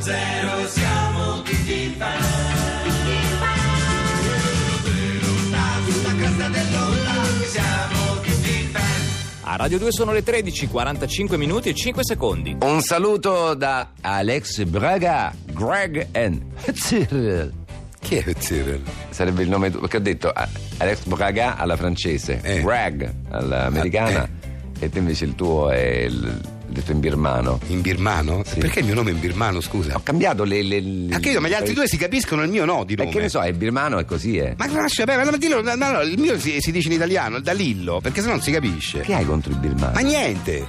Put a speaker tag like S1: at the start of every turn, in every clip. S1: zero siamo tutti fan. Sulla cresta dell'onda siamo tutti fan.
S2: A Radio 2 sono le 13, 45 minuti e 5 secondi.
S3: Un saluto da Alex Braga, Greg and Cyril. Chi è Cyril? Sarebbe il nome perché ho detto ah, Alex Braga alla francese,
S4: Eh.
S3: Greg all'americana e te invece il tuo è il, il detto in birmano.
S4: In birmano? Perché il mio nome è in birmano, scusa?
S3: Ho
S5: Ah,
S3: cambiato le... le, le-
S4: Ah, credo, ma gli
S5: eh.
S4: altri due si capiscono il mio no di
S3: Eh,
S4: nome.
S3: che ne so, è birmano e così è.
S4: Ma lascia, beh, ma dillo, no, no, no, il mio si, si dice in italiano, da Lillo, perché sennò non si capisce.
S3: Che hai contro il birmano?
S4: Ma niente!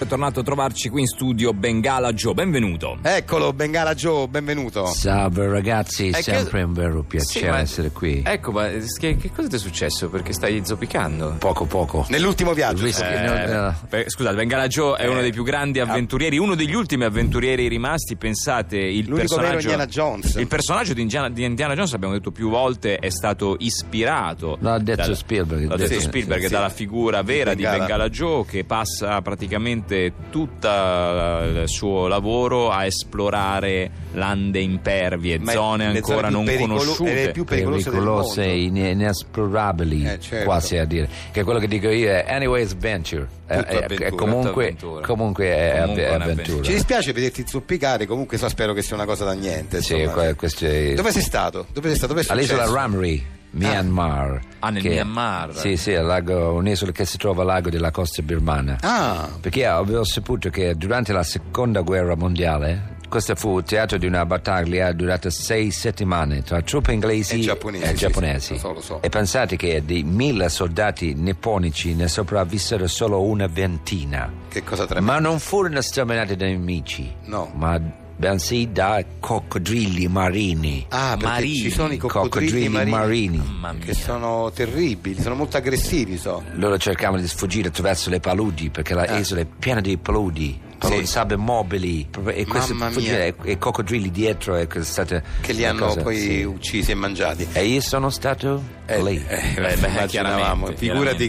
S2: È tornato a trovarci qui in studio Bengala Joe, benvenuto.
S4: Eccolo, Bengala Joe, benvenuto.
S5: Salve ragazzi, è sempre un vero piacere
S6: Eh, Sì, ma-
S5: essere qui.
S6: Ecco, ma eh, che, che cosa ti è successo? Perché stai zoppicando?
S5: Poco poco.
S4: Nell'ultimo viaggio.
S5: Rischio-
S4: eh,
S5: no, no. Eh, ah.
S6: Beh, Scusate, Bengala Joe è uno dei più grandi avventurieri, uno degli ultimi avventurieri rimasti. Pensate, il
S4: L'unico vero
S6: personaggio.
S4: Indiana Jones.
S6: Il personaggio di Indiana, di Indiana Jones, abbiamo detto più volte, è stato ispirato.
S5: L'ha detto
S6: dalla-
S5: Spielberg,
S6: L'ha
S5: sì,
S6: detto
S5: sì,
S6: Spielberg
S4: sì.
S6: dalla figura vera di
S4: Bengala.
S6: Bengala Joe che passa praticamente tutto il suo lavoro a esplorare lande impervie,
S4: Ma è-
S6: zone
S4: le
S6: ancora
S4: più
S6: non
S4: pericolo-
S6: conosciute.
S4: È le più pericolose del mondo.
S5: Pericolose, ine- inesplorabili,
S4: Eh, certo.
S5: quasi a dire. Che quello che dico io è anyways venture. È,
S6: Tutto
S5: è- Eh, è
S6: avventura, tutto
S5: comunque,
S6: avventura.
S5: comunque
S6: Comunque
S5: è è
S6: è un'avventura.
S5: avventura.
S4: Ci dispiace vederti zoppicare, comunque so, spero che sia una cosa da niente.
S5: Sì,
S4: insomma.
S5: que- questo è-
S4: Dove sei stato? Dove sei stato? Dove è successo?
S5: All'isola Ramri, Myanmar.
S6: Ah, nel Myanmar.
S5: Sì, sì, è lago- un'isola che si trova al lago della costa birmana.
S4: Ah,
S5: Perché avevo saputo che durante la seconda guerra mondiale questo fu il teatro di una battaglia durata sei settimane tra truppe inglesi
S4: E giapponesi,
S5: e giapponesi.
S4: sì, lo so, lo so.
S5: E pensate che di mille soldati nipponici ne sopravvissero solo una ventina.
S4: che cosa tremenda.
S5: Ma non furono sterminati dai nemici,
S4: No.
S5: ma bensì da coccodrilli marini.
S4: Ah, perché
S6: Marini.
S4: ci sono i coccodrilli marini,
S6: Mamma mia.
S4: che sono terribili, sono molto aggressivi, so.
S5: Loro cercavano di sfuggire attraverso le paludi perché la isola è piena di paludi, paludi
S4: Eh. Sì.
S5: sabbie mobili e questi
S4: Mamma mia.
S5: fuggire, e- e coccodrilli dietro e è stata
S4: Che li
S5: una
S4: hanno
S5: cosa,
S4: poi Eh,
S5: sì.
S4: uccisi e mangiati.
S5: E io sono stato lì.
S6: beh,
S4: Immaginavamo,
S6: chiaramente,
S4: figurati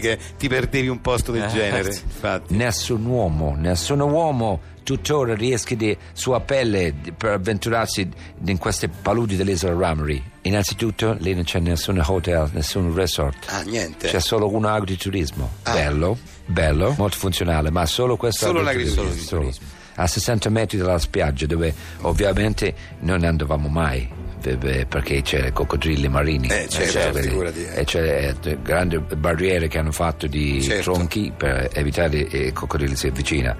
S6: chiaramente.
S4: che ti perdevi un posto del
S6: Eh,
S4: genere.
S6: sì.
S4: Infatti.
S5: Nessun uomo, nessun uomo tuttora riesce di sua pelle di- per avventurarsi in queste paludi dell'isola Ramri. Innanzitutto lì non c'è nessun hotel, nessun resort.
S4: Ah, niente.
S5: C'è solo un agriturismo.
S4: Ah.
S5: Bello, bello, molto funzionale, ma solo questo
S4: Solo
S5: agriturismo.
S4: l'agriturismo.
S5: Solo. A 60 metri dalla spiaggia, dove ovviamente non ne andavamo mai eh, beh, perché c'è coccodrilli marini
S4: Eh, certo,
S5: quindi-
S4: figurati, eh.
S5: e c'è eh, grandi barriere che hanno fatto di
S4: Certo.
S5: tronchi per evitare che il coccodrillo si avvicina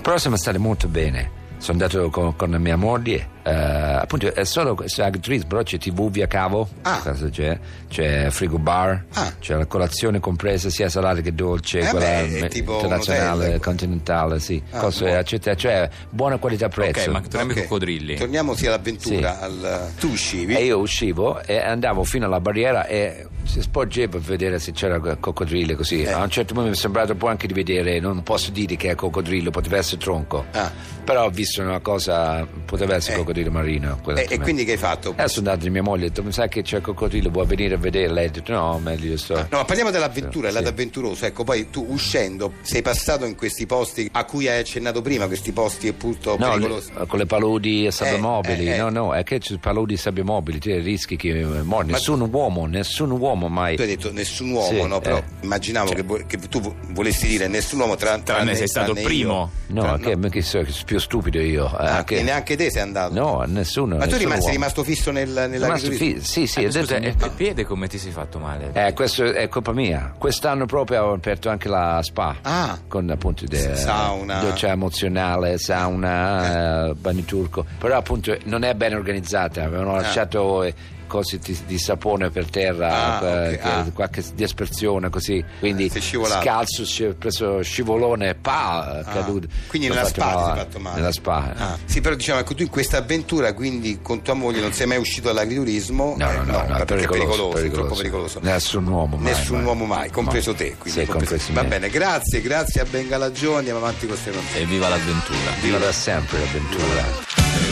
S5: però siamo stati molto bene sono andato con, con mia moglie eh, appunto è solo questa agritrice però c'è tv via cavo
S4: Ah.
S5: cosa c'è c'è frigo bar
S4: Ah.
S5: c'è la colazione compresa sia salata che dolce
S4: Eh
S5: quella
S4: beh, è
S5: eh,
S4: tipo un
S5: internazionale
S4: hotel.
S5: continentale sì
S4: Ah,
S5: cose
S4: buono.
S5: eccetera, cioè buona qualità prezzo
S6: Ok, ma torniamo ai
S4: Ok.
S6: coccodrilli.
S4: Torniamo sia all'avventura, al... tu uscivi.
S5: E io uscivo e andavo fino alla barriera e si sporgeva per vedere se c'era co- coccodrillo così.
S4: Eh.
S5: A un certo momento mi è sembrato poi anche di vedere, non posso dire che è coccodrillo, poteva essere tronco.
S4: Ah.
S5: Però ho visto una cosa, poteva essere
S4: Eh.
S5: coccodrillo marino. quello
S4: E,
S5: che
S4: e
S5: me-
S4: quindi che hai fatto?
S5: Eh, sono andato di mia moglie, ho detto, mi sa che c'è coccodrillo, vuoi venire a vedere? Lei ha detto, no, meglio sto...
S4: No, ma parliamo dell'avventura, il
S5: Sì.
S4: lato avventuroso. Ecco, poi tu uscendo sei passato in questi posti a cui hai accennato prima, questi posti appunto
S5: No,
S4: pericolosi.
S5: le- eh, con le paludi e sabbie
S4: Eh,
S5: mobili,
S4: eh, eh.
S5: no, no, è che ci sono paludi e sabbie mobili, ti rischi che eh, muori.
S4: Ma-
S5: Nessun uomo, nessun uomo mai.
S4: Tu hai detto nessun uomo,
S5: Sì,
S4: no? Però
S5: eh.
S4: immaginavo che, vo- che tu vo- volessi dire nessun uomo tra,
S6: Tranne sei stato
S4: tranne
S6: il primo.
S4: io.
S5: No,
S4: Tra-
S5: che, ma che so, che sono più stupido io. eh,
S4: Ah,
S5: che-
S4: e neanche te sei andato.
S5: No, nessuno.
S4: Ma tu
S5: nessun
S4: rimasti
S5: uomo.
S4: rimasto fisso nel, nella Ah,
S5: Rimasto fi- sì, sì,
S6: Eh,
S5: ho detto,
S6: scusa,
S5: eh,
S6: nel piede come ti sei fatto male?
S5: eh, questo è colpa mia. Quest'anno proprio ho aperto anche la spa.
S4: Ah.
S5: Con appunto de,
S4: Sauna.
S5: doccia emozionale, sauna, eh, bagno turco. Però appunto non è ben organizzata. Avevano lasciato eh, cose di, di sapone per terra,
S4: Ah,
S5: eh,
S4: ok,
S5: che-
S4: ah.
S5: qualche dispersione così. Quindi
S4: Sei scivolato. Ah.
S5: scalzo, sci- ho preso scivolone, pa, caduto.
S4: Quindi
S5: Ho
S4: nella
S5: fatto
S4: spa ti sei
S5: male.
S4: fatto male.
S5: Nella spa. eh.
S4: Ah, sì, però diciamo, ecco, tu in questa avventura, quindi con tua moglie non sei mai uscito all'agriturismo.
S5: No,
S4: eh,
S5: no, no, no,
S4: perché è pericoloso, troppo pericoloso.
S5: Nessun uomo mai.
S4: Nessun
S5: mai.
S4: uomo mai, compreso te. Quindi,
S5: Sì, compreso
S4: Va
S5: me.
S4: bene, grazie, grazie a Bengalagione, andiamo avanti con queste notizie.
S6: E viva l'avventura.
S5: Viva da sempre l'avventura.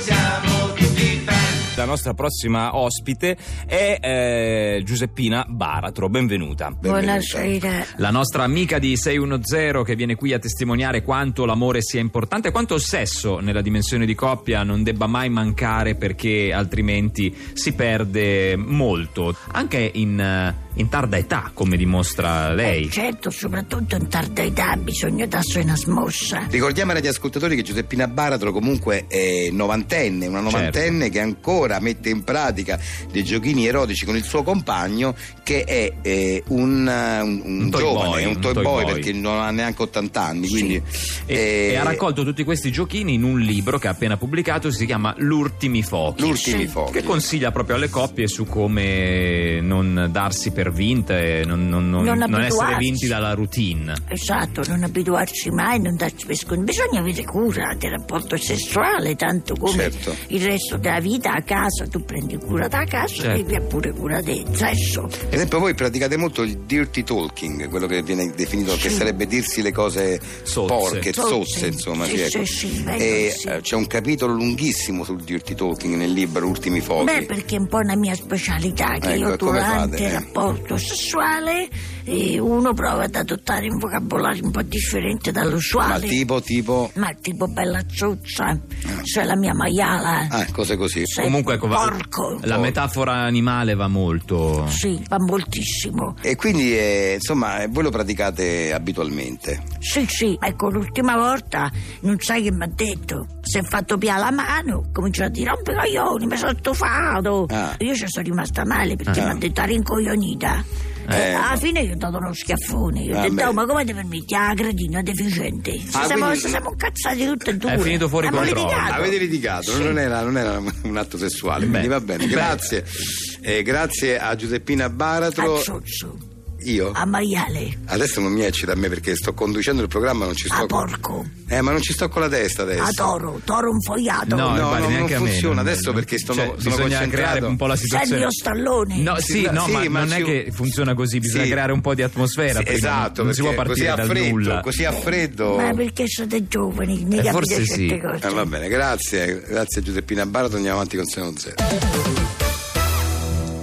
S1: Siamo tutti fan.
S6: Da
S2: nostra prossima ospite è eh, Giuseppina Baratro. Benvenuta.
S7: Buonasera.
S6: La nostra amica di 610 che viene qui a testimoniare quanto l'amore sia importante, e quanto il sesso nella dimensione di coppia non debba mai mancare perché altrimenti si perde molto, anche in, eh, in tarda età, come dimostra lei.
S7: Eh, certo, soprattutto in tarda età bisogna darsi una smossa.
S4: Ricordiamo ai radioascoltatori che Giuseppina Baratro comunque è novantenne, una novantenne
S6: Certo.
S4: che ancora mette in pratica dei giochini erotici con il suo compagno che è eh, un, eh, un- un
S6: Un toy
S4: giovane,
S6: boy,
S4: è un toy, boy, perché non ha neanche 80 anni, quindi
S6: E,
S4: eh,
S6: e ha raccolto tutti questi giochini in un libro che ha appena pubblicato, si chiama L'ultimi fuochi.
S4: l'ultimi
S7: Sì.
S4: fuochi.
S6: Che consiglia proprio alle coppie su come non darsi per vinte, non, non- non-
S7: Non
S6: non essere
S7: abituarsi.
S6: vinti dalla routine.
S7: Esatto, non abituarsi mai, non darci per scontato. Bisogna avere cura del rapporto sessuale, tanto come
S4: Certo.
S7: il resto della vita a casa. Tu prendi cura da casa
S6: Certo.
S7: e vi ha pure cura del sesso.
S4: Ad esempio voi praticate molto il dirty talking, quello che viene definito che sarebbe dirsi le cose
S6: Sozze.
S4: porche,
S7: Sozze.
S4: sosse, insomma.
S7: Sì,
S4: sì, ecco.
S7: sì, sì, bello,
S4: e
S7: sì.
S4: eh, c'è un capitolo lunghissimo sul dirty talking nel libro Ultimi fuochi.
S7: Beh, perché è un po' una mia specialità che
S4: Ecco,
S7: io
S4: e come fate,
S7: durante
S4: eh?
S7: il rapporto sessuale eh, uno prova ad adottare un vocabolario un po' differente
S4: Ma
S7: dall'usuale.
S4: tipo, tipo...
S7: Ma tipo bella ciuccia, sei la mia maiala. eh.
S4: Ah, cose così.
S7: sei
S6: Comunque, ecco, va-
S7: porco.
S6: la metafora animale va molto.
S7: Sì, va moltissimo.
S4: E quindi, eh, insomma, eh, voi lo praticate abitualmente.
S7: Sì, sì, ecco, l'ultima volta non sai che mi ha detto. Si è fatto via la mano, comincia a dire, rompi i coglioni, mi sono stufato.
S4: Ah.
S7: Io ci sono rimasta male perché mi ha detto, "Ah, rincoglionita. E
S4: Eh,
S7: alla
S4: no.
S7: fine gli ho dato uno schiaffone. Gli ho
S4: Ah,
S7: detto,
S4: beh.
S7: "Oh, ma come ti permetti? Ah, cretino, deficiente. Ci
S4: Ah,
S7: siamo,
S4: quindi-
S7: ci siamo incazzati tutti e due.
S6: finito fuori
S7: Abbiamo
S6: controllo.
S7: litigato.
S4: Ah, Avete litigato, non, era, non era un atto sessuale, quindi va bene. Grazie. Eh, grazie a Giuseppina
S7: A
S4: Baratro.
S7: zozzo,
S4: Io?
S7: Ah, a maiale,
S4: Adesso non mi eccita a me perché sto conducendo il programma, non ci sto.
S7: a porco,
S4: Eh, ma non ci sto con la testa adesso.
S7: a toro, toro infogliato.
S6: Eh, No,
S4: no,
S6: guardi,
S4: non
S6: neanche a me,
S4: funziona
S6: non-
S4: adesso perché sono-
S6: cioè,
S4: sono
S6: bisogna
S4: concentrato.
S6: creare un po' la
S7: Sergio
S6: situazione.
S7: Stallone.
S6: No,
S4: Sì,
S6: sì, no,
S4: sì,
S6: ma,
S4: ma
S6: non
S4: ci-
S6: è che funziona così, bisogna
S4: Sì.
S6: creare un po' di atmosfera.
S4: Sì,
S6: perché non-
S4: esatto,
S6: non, si può
S4: perché
S6: partire
S4: così a
S6: dal
S4: freddo,
S6: nulla.
S4: così a freddo.
S7: Ma perché siete giovani, ne
S6: Eh,
S7: capite
S6: forse
S7: certe
S6: sì.
S7: cose.
S4: Eh, va bene, grazie, grazie a Giuseppina Baratro, andiamo avanti con Seno Zero.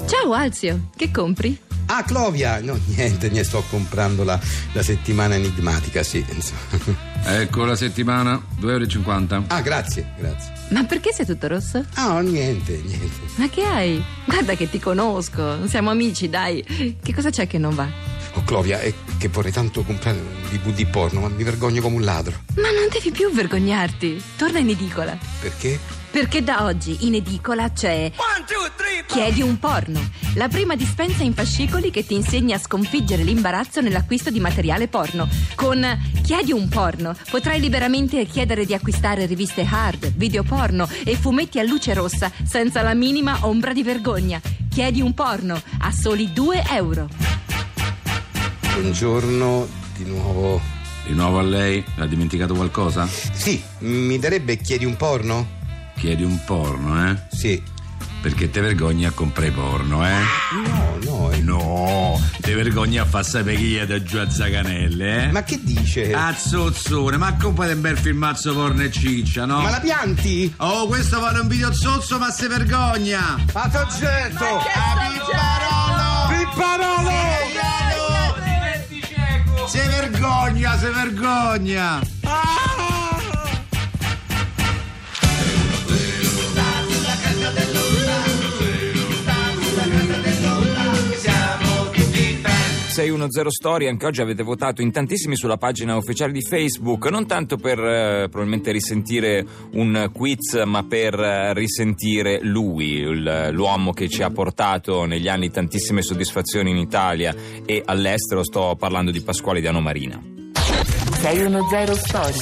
S8: Ciao Alzio, che compri?
S9: Ah, Clovia! No, niente, ne sto comprando la, la settimana enigmatica, sì. insomma.
S10: Ecco la settimana, 2,50 euro.
S9: Ah, grazie, grazie.
S8: Ma perché sei tutto rosso?
S9: Ah, niente, niente.
S8: Ma che hai? Guarda che ti conosco, siamo amici, dai. Che cosa c'è che non va?
S9: Oh, Clovia, è che vorrei tanto comprare un DVD porno, ma mi vergogno come un ladro.
S8: Ma non devi più vergognarti. Torna in edicola.
S9: Perché?
S8: Perché da oggi in edicola c'è. Chiedi un porno. La prima dispensa in fascicoli che ti insegna a sconfiggere l'imbarazzo nell'acquisto di materiale porno. Con Chiedi un porno potrai liberamente chiedere di acquistare riviste hard, video porno e fumetti a luce rossa senza la minima ombra di vergogna. Chiedi un porno a soli 2 euro.
S9: Buongiorno, di nuovo.
S10: Di nuovo a lei, ha dimenticato qualcosa?
S9: Sì, mi darebbe chiedi un porno?
S10: Chiedi un porno, eh?
S9: Sì.
S10: Perché te vergogni a comprare porno, eh?
S9: No, no. eh.
S10: No, te vergogni a far sapere chi è da giù a Zaganelle, eh?
S9: Ma che dice?
S10: Ah, zozzone, ma compate un bel filmazzo porno e ciccia, no?
S9: Ma la pianti?
S10: Oh, questo vale un video zozzo, ma se vergogna!
S9: Ma t'ho certo! Pipparolo!
S10: Se vergogna, se vergogna!
S1: siamo tutti fan.
S2: 610 Story, anche oggi avete votato in tantissimi sulla pagina ufficiale di Facebook, non tanto per eh, probabilmente risentire un quiz, ma per eh, risentire lui, il- l'uomo che ci ha portato negli anni tantissime soddisfazioni in Italia e all'estero, sto parlando di Pasquale Diano Marina.
S11: 610 Story.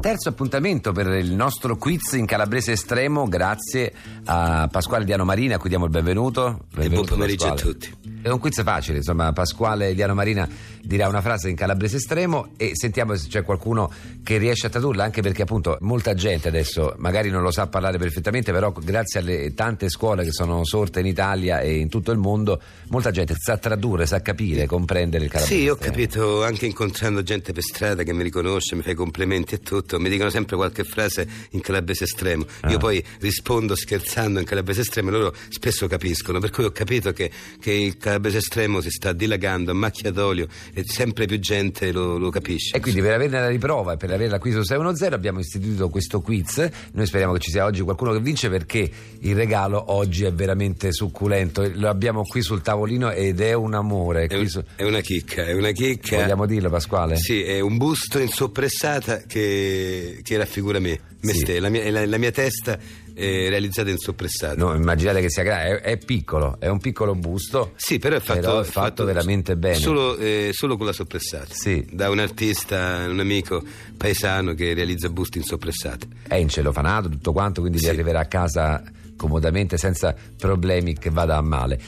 S5: Terzo appuntamento per il nostro quiz in calabrese estremo, grazie a Pasquale Diano Marina, a cui diamo il benvenuto. Benvenuto,
S12: buon pomeriggio a
S5: Pasquale.
S12: tutti.
S5: È un quiz facile, insomma, Pasquale Eliano Marina dirà una frase in calabrese estremo e sentiamo se c'è qualcuno che riesce a tradurla, anche perché appunto molta gente adesso magari non lo sa parlare perfettamente, però grazie alle tante scuole che sono sorte in Italia e in tutto il mondo, molta gente sa tradurre, sa capire, comprendere il calabrese.
S12: Sì, ho
S5: estremo.
S12: capito, anche incontrando gente per strada che mi riconosce, mi fa i complimenti e tutto, mi dicono sempre qualche frase in calabrese estremo.
S5: Ah.
S12: Io poi rispondo scherzando in calabrese estremo e loro spesso capiscono, per cui ho capito che, che il calabrese estremo si sta dilagando a macchia d'olio e sempre più gente lo, lo capisce.
S5: E quindi per averne la riprova e per averla qui su 610 abbiamo istituito questo quiz. Noi speriamo che ci sia oggi qualcuno che vince perché il regalo oggi è veramente succulento. Lo abbiamo qui sul tavolino ed è un amore.
S12: È,
S5: Qui
S12: un-
S5: su-
S12: è una chicca, è una chicca.
S5: Vogliamo dirlo Pasquale?
S12: Sì, è un busto in soppressata che, che raffigura me, me
S5: Sì.
S12: ste- la, mia, la- la mia testa eh, realizzata in soppressata.
S5: No, immaginate che sia grande, è, è piccolo, è un piccolo busto.
S12: Sì, però è fatto,
S5: Però è
S12: è
S5: fatto veramente bene.
S12: Solo, eh, solo con la soppressata.
S5: Sì.
S12: Da un artista, un amico paesano che realizza busti in soppressata.
S5: È in celofanato, tutto quanto, quindi vi
S12: Sì.
S5: arriverà a casa comodamente senza problemi che vada a male.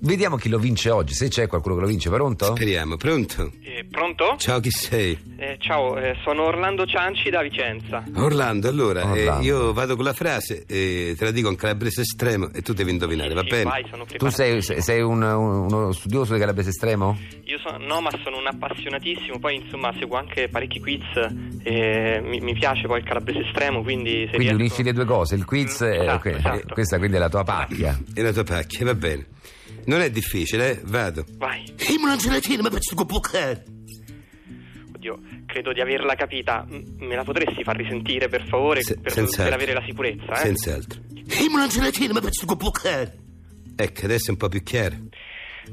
S5: Vediamo chi lo vince oggi, se c'è qualcuno che lo vince, pronto?
S12: Speriamo, pronto?
S13: Eh, pronto?
S12: Ciao, chi sei?
S13: Eh, ciao, eh, sono Orlando Cianci da Vicenza.
S12: Orlando, allora, eh,
S5: Orlando.
S12: io vado con la frase, eh, te la dico in calabrese estremo e tu devi indovinare, va
S13: Sì,
S12: bene?
S13: vai, sono
S5: Eh, Tu sei,
S13: preparatissimo.
S5: sei un- uno studioso di calabrese estremo?
S13: Io sono, no, ma sono un appassionatissimo, poi insomma seguo anche parecchi quiz, eh, mi, mi piace poi il calabrese estremo, quindi se
S5: Quindi
S13: riesco-
S5: unisci le due cose, il quiz e
S13: Certo. Esatto,
S5: que-
S13: esatto.
S5: questa quindi è la tua pacchia.
S12: E la tua pacchia, va bene. Non è difficile, eh? Vado.
S13: Vai,
S12: Io non gelatina, ma penso che
S13: oddio, credo di averla capita, M- me la potresti far risentire per favore,
S12: Se-
S13: per,
S12: senz'altro.
S13: per avere la sicurezza, eh?
S12: Senz'altro.
S1: Io non ce la tiro, ma penso che può
S12: Ecco, adesso è un po' più chiaro.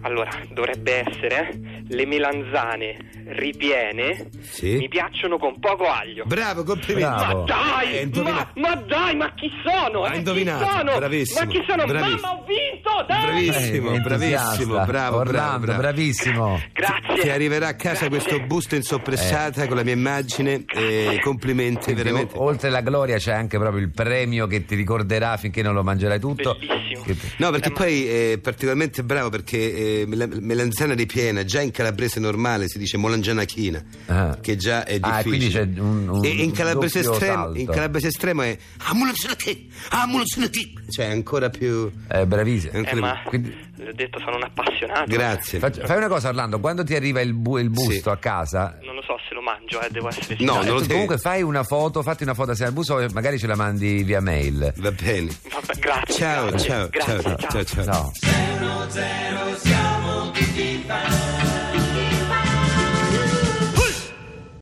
S13: Allora, dovrebbe essere eh, le melanzane ripiene
S12: Sì.
S13: mi piacciono con poco aglio.
S12: Bravo, complimenti.
S5: Bravo.
S13: Ma dai,
S12: Eh,
S13: ma,
S12: indovina-
S13: ma dai, ma chi sono?
S12: Ha
S13: eh?
S12: indovinato,
S13: Chi sono?
S12: bravissimo,
S13: Ma chi sono?
S12: bravissimo.
S13: Mamma, ho vinto, dai!
S12: Bravissimo,
S5: Eh,
S12: bravissimo,
S5: entusiasta.
S12: bravo, bravo,
S5: Orlando,
S12: bravo.
S5: bravissimo.
S13: Grazie.
S12: Ti arriverà a casa questo busto in soppressata
S5: Eh.
S12: con la mia immagine. eh, complimenti,
S5: Quindi,
S12: veramente.
S5: o- oltre alla gloria c'è anche proprio il premio che ti ricorderà finché non lo mangerai tutto.
S13: Bellissimo. Eh,
S5: Che ti-
S12: No, perché poi è particolarmente bravo perché eh, mela- melanzana ripiena, già in calabrese normale si dice molangiana china,
S5: Ah.
S12: che già è difficile.
S5: Ah, quindi c'è un- un
S12: e in calabrese,
S5: doppio
S12: estremo,
S5: salto.
S12: in calabrese estremo è "Ah, "Amulazione chi, amulazione chi", cioè è ancora più...
S5: È bravissimo.
S12: Eh,
S13: Eh, ma
S5: Quindi-
S13: l'ho detto, sono un appassionato.
S12: Grazie.
S5: Faccio- fai una cosa Orlando, quando ti arriva il, bu- il busto
S12: Sì.
S5: a casa...
S13: Non lo so se lo mangio, eh, devo essere
S12: No,
S13: sincero.
S12: non lo
S5: tu
S12: devi-
S5: comunque fai una foto, fatti una foto assieme al busto e magari ce la mandi via mail.
S12: Va bene.
S13: Vabbè, grazie.
S12: Ciao,
S13: grazie,
S12: ciao,
S13: grazie,
S12: Certo. ciao, ciao, ciao.
S5: No.
S1: Sei uno zero, sei